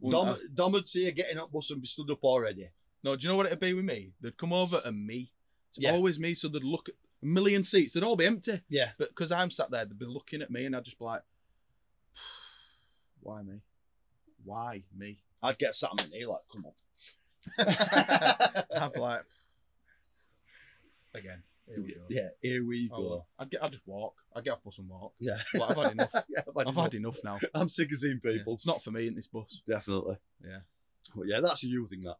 Dom, Dom would see her getting up bus and be stood up already.
No, do you know what it'd be with me? They'd come over and me. It's
Yeah.
always me. So they'd look at a million seats. They'd all be empty.
Yeah,
But because I'm sat there, they'd be looking at me and I'd just be like, why me? Why me?
I'd get sat on my knee like, come on.
I'd be like, again, here we go.
yeah, here we
Oh,
go.
well. I'd, get, I'd just walk. I'd get off bus and walk.
Yeah.
Like, I've had enough.
yeah, I've had
I've
enough.
had enough now.
I'm sick of seeing
Yeah.
people.
It's not for me in this bus.
Definitely.
Yeah.
But yeah, that's a you thing, that.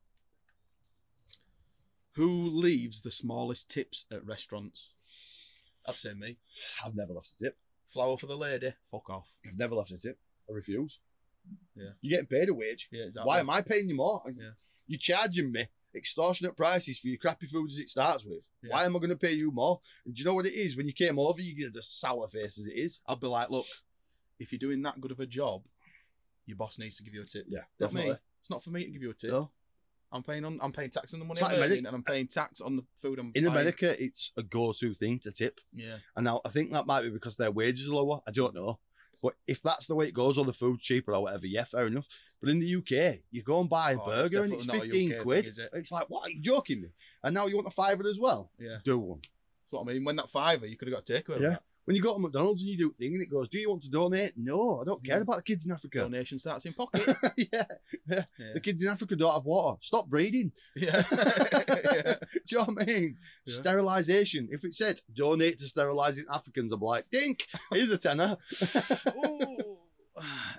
Who leaves the smallest tips at restaurants? I'd say me.
I've never left a tip.
Flower for the lady. Fuck off.
I've never left a tip. I refuse.
Yeah.
You're getting paid a wage.
Yeah, exactly.
Why am I paying you more?
Yeah.
You're charging me extortionate prices for your crappy food as it starts with.
Yeah.
Why am I going to pay you more? And do you know what it is? When you came over, you get a sour face as it is.
I'd be like, look, if you're doing that good of a job, your boss needs to give you a tip.
Yeah,
Not me.
definitely.
It's not for me to give you a tip.
No.
I'm paying on. I'm paying tax on the money
It's
I'm
like
earning,
medic-
and I'm paying tax on the food I'm.
In
buying.
America, it's a go-to thing to tip.
Yeah.
And now I think that might be because their wages are lower. I don't know. But if that's the way it goes, or the food cheaper or whatever, yeah, fair enough. But in the UK, you go and buy a
Oh, it's
burger and it's
definitely not a
15
UK thing,
quid.
is it?
It's like, what? Are you joking me? And now you want a fiver as well?
Yeah.
Do one.
That's what I mean. When that fiver, you could have got a takeaway.
Yeah.
Yeah. That.
When you go to McDonald's and you do a thing and it goes, do you want to donate? No, I don't care
Yeah.
about the kids in Africa.
Donation starts in pocket.
yeah.
yeah.
The kids in Africa don't have water. Stop breeding.
yeah. yeah.
Do you know what I mean?
Yeah.
Sterilization. If it said donate to sterilizing Africans, I'm like, dink, here's a tenner.
Ooh.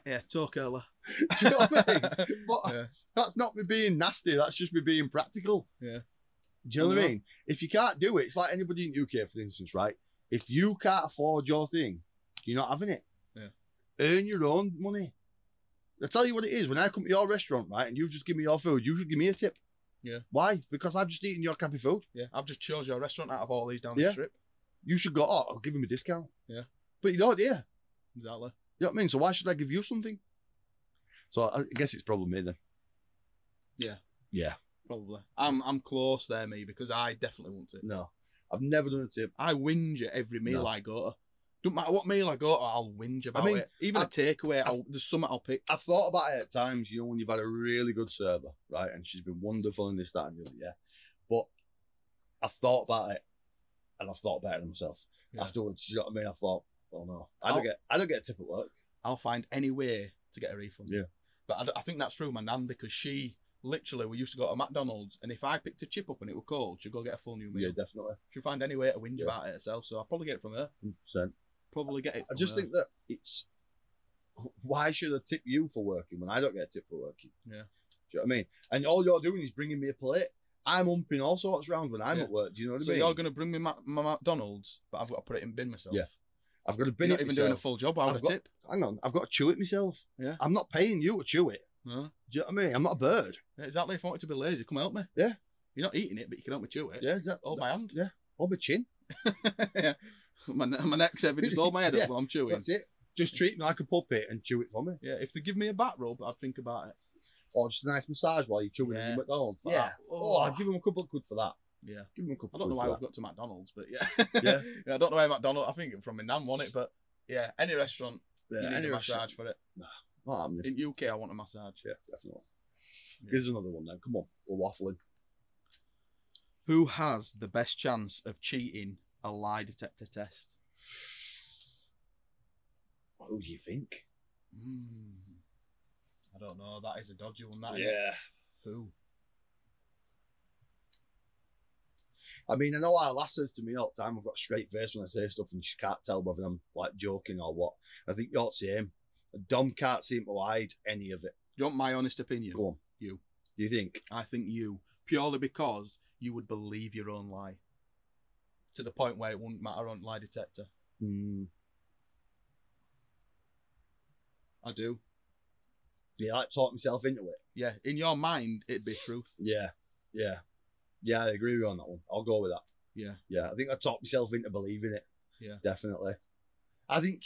Yeah. Talk Ella.
Do you know what I mean? But
Yeah.
That's not me being nasty. That's just me being practical.
Yeah.
Do you know what I
Yeah.
mean? If you can't do it, it's like anybody in UK, for instance, right? If you can't afford your thing, you're not having it.
Yeah.
Earn your own money. I tell you what it is. When I come to your restaurant, right, and you just give me your food, you should give me a tip.
Yeah.
Why? Because I've just eaten your crappy food.
Yeah. I've just chose your restaurant out of all these down the
Yeah.
strip.
You should go. Oh, I'll give him a discount.
Yeah.
But you don't, yeah.
Exactly.
You know what I mean? So why should I give you something? So I guess it's problem me then.
Yeah.
Yeah.
Probably. I'm. I'm close there, me, because I definitely want it.
No, I've never done a tip.
I whinge at every meal
No.
I go to. Don't matter what meal I go to, I'll whinge about
mean,
it. Even a
I-
takeaway,
I-
I'll, there's something I'll pick.
I've thought about it at times, you know, when you've had a really good server, right? And she's been wonderful in this, that, and the other, yeah. But I've thought about it and I've thought better than myself.
Yeah.
Afterwards, you know what I mean? I thought, oh no, I
I'll-
don't get I don't get a tip at work.
I'll find any way to get a refund.
Yeah.
But I d- I, think that's through my nan because she literally, we used to go to McDonald's and if I picked a chip up and it were cold, she'd go get a full new
Yeah,
meal.
definitely.
She'd find any way to whinge
Yeah.
about it herself. So I'll probably get it from her.
100%.
Probably get it.
I
from
just
her.
think that it's why should I tip you for working when I don't get a tip for working?
Yeah.
Do you know what I mean? And all you're doing is bringing me a plate. I'm umping all sorts round when I'm
Yeah.
at work. Do you know what
So
I mean?
you're going to bring me my, my McDonald's, but I've got to put it in bin myself.
Yeah. I've got to
You're
bin
not
it
even doing a
myself.
full job out
I've
of
got-
tip.
Hang on, I've got to chew it myself.
Yeah.
I'm not paying you to chew it.
No.
Do you know what I mean? I'm not a bird.
Exactly. If I wanted to be lazy, come help me.
Yeah.
You're not eating it, but you can help me chew it.
Yeah, is that
Hold Oh, my hand.
or my chin?
yeah. My, ne- my neck's heavy, just hold my head
Yeah,
up while I'm chewing.
That's it. Just treat me like a puppet and chew it for me,
Yeah, if they give me a back rub, I'd think about it.
or just a nice massage while you're chewing
Yeah.
in your McDonald's.
But
Yeah.
I-
Oh,
oh,
I'd give him a couple of quid for that.
yeah.
Give him a couple.
I don't know
of
why
quid
we've
for
got to McDonald's, but yeah.
Yeah.
yeah. I don't know why McDonald's, I think it from my nan won it, but yeah, any restaurant,
that. Oh,
you need
any
a massage
restaurant.
for it.
Not happening.
In UK, I want a massage.
Yeah, definitely.
Yeah.
Here's another one then. Come on, we're waffling.
Who has the best chance of cheating a lie detector test?
What do you think?
Mm. I don't know. That is a dodgy one. That is
Yeah.
Who?
I mean, I know our lass says to me all the time, I've got a straight face when I say stuff and she can't tell whether I'm like joking or what. I think you're the same. Dom can't seem to hide any of it.
Do you want my honest opinion?
Go on.
You.
You think?
I think you. Purely because you would believe your own lie to the point where it wouldn't matter on lie detector. Hmm.
Mm.
I do.
Yeah, I like, talk myself into it.
Yeah, in your mind, it'd be truth.
Yeah, yeah, yeah. I agree with you on that one. I'll go with that.
Yeah.
yeah. I think I talked myself into believing it.
Yeah.
definitely. I think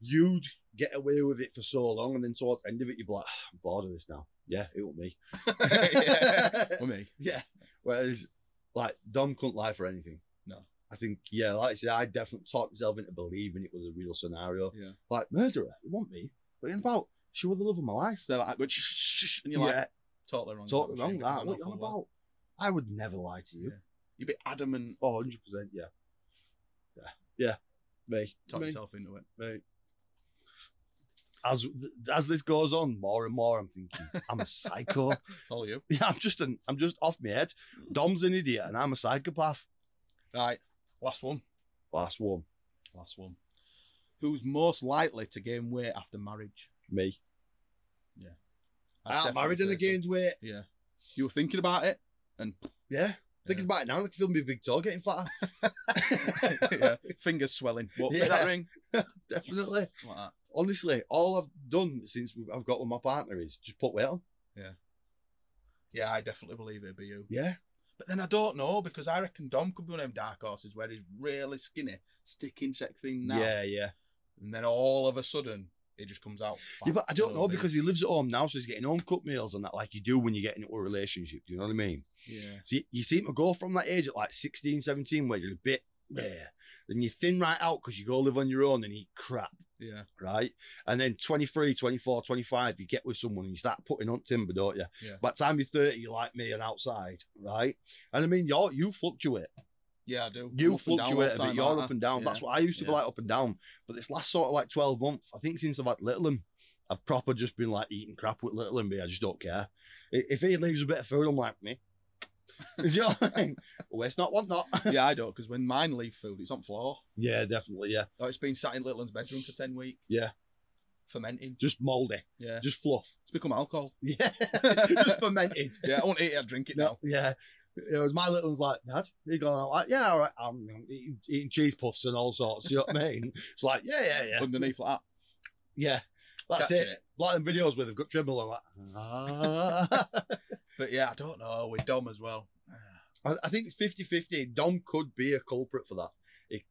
you'd get away with it for so long, and then towards the end of it, you'd be like, "Ah, "I'm bored of this now." Yeah, it was me.
yeah. For me.
Yeah. Whereas, like, Dom couldn't lie for anything.
No.
I think, yeah, like I said, I definitely talked myself into believing it was a real scenario.
Yeah.
Like, murderer, it wasn't me. But in about, she was the love of my life.
So like, I go, shh, shh, shh, shh, and you're like,
yeah,
totally wrong.
totally
Shane,
wrong,
because I
that.
know
What you on
full well.
about? I would never lie to you.
Yeah. You'd be adamant,
Oh, 100%, yeah. Yeah. Yeah. Me.
talk
me.
yourself into it.
me. As, as this goes on, more and more, I'm thinking, I'm a psycho.
It's all you.
yeah, I'm just an, I'm just off my head. Dom's an idiot, and I'm a psychopath.
Right, last one.
Last one,
Last one. Who's most likely to gain weight after marriage?
me.
I'd
I'm
definitely
married Ah, and
say
I gained weight.
so. Yeah. You were thinking about it, and
Yeah. Thinking about it now, I can feel my big toe getting fatter.
yeah, fingers swelling. What fit
Yeah.
that ring?
Definitely.
Yes, Like that.
Honestly, all I've done since we've- I've got with my partner is just put weight on.
Yeah, I definitely believe it'd be you.
Yeah.
But then I don't know because I reckon Dom could be one of them dark horses where he's really skinny, stick insect thing now,
Yeah, yeah.
and then all of a sudden it just comes out.
Yeah, but I
fat
don't
and
know because he
obese.
lives at home now, so he's getting home cooked meals and that like you do when you get into a relationship. Do you know what I mean?
Yeah,
So you, you seem to go from that age at like 16, 17 where you're a bit yeah. Then you thin right out because you go live on your own and eat crap.
yeah,
right? And then 23, 24, 25, you get with someone and you start putting on timber, don't you?
Yeah.
By the time you're 30, you're like me and outside, right? And I mean, you're, you fluctuate.
yeah. I do.
You
I'm up and down
fluctuate
all
a
the
bit.
time,
You're
aren't I?
up and down.
Yeah.
That's what I used to be
Yeah.
like up and down. But this last sort of like 12 months, I think since I've had Little 'un, I've proper just been like eating crap with Little 'un, me. I just don't care. I- If he leaves a bit of food, I'm like, me. Is your thing? Well, it's not, what not.
yeah, I don't because when mine leave food, it's on floor.
yeah, definitely. Yeah.
Oh, it's been sat in Littleton's bedroom for ten weeks.
Yeah.
fermenting.
Just moldy.
Yeah,
Just fluff.
it's become alcohol.
Yeah. just fermented.
Yeah, I won't eat it. I drink it
No,
now.
yeah. It was my little one's like, Dad, you going out like, yeah, all right, I'm eating, eating cheese puffs and all sorts. You know what I mean? It's like, yeah, yeah, yeah,
Underneath like
yeah.
that.
That's
Catching
it. Like them videos where they've got dribble. I'm like, ah.
But yeah, I don't know with Dom as well.
I, I think it's 50 50. Dom could be a culprit for that. It,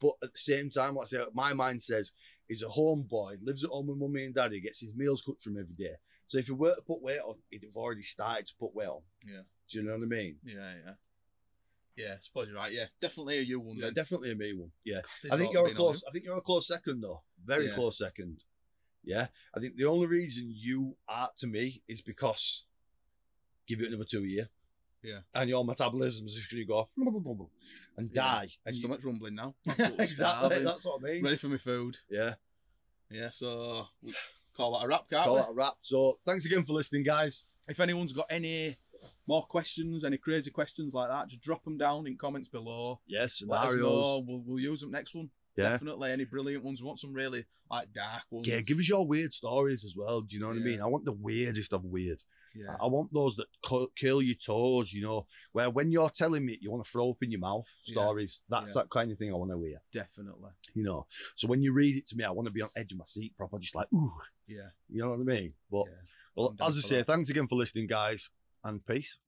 but at the same time, like I say, my mind says he's a homeboy, lives at home with mummy and daddy, gets his meals cooked from every day. So if he were to put weight on, he'd have already started to put weight on.
Yeah.
Do you know what I mean?
Yeah, yeah, yeah. I suppose you're right. Yeah, definitely a you one.
Yeah,
Then.
definitely a me one. Yeah.
This
I think
lot
you're a
been on him.
close. I think you're a close second, though. Very
Yeah.
close second. Yeah, I think the only reason you are to me is because give it another two year.
Yeah.
and your metabolism's just going to go and
Yeah.
die.
My
And you,
stomach's rumbling now.
exactly.
Starving.
That's what I mean.
Ready for my food.
Yeah,
Yeah, so we call that a wrap, can't
call
we?
that a wrap. So thanks again for listening, guys.
If anyone's got any more questions, any crazy questions like that, just drop them down in comments below.
Yes,
Let us know.
Mario's.
We'll, we'll use them next one.
Yeah.
Definitely. Any brilliant ones. We want some really like dark ones.
Yeah, give us your weird stories as well. Do you know what I
Yeah.
mean? I want the weirdest of weird.
yeah.
I want those that cu- curl your toes, you know, where when you're telling me you want to throw up in your mouth
Yeah.
stories, that's
Yeah.
that kind of thing I want to hear,
Definitely.
you know. So when you read it to me, I want to be on edge of my seat, proper, just like, ooh,
Yeah.
you know what I mean? But
Yeah.
well,
I'm down
as I
for
say,
that.
thanks again for listening, guys, and peace.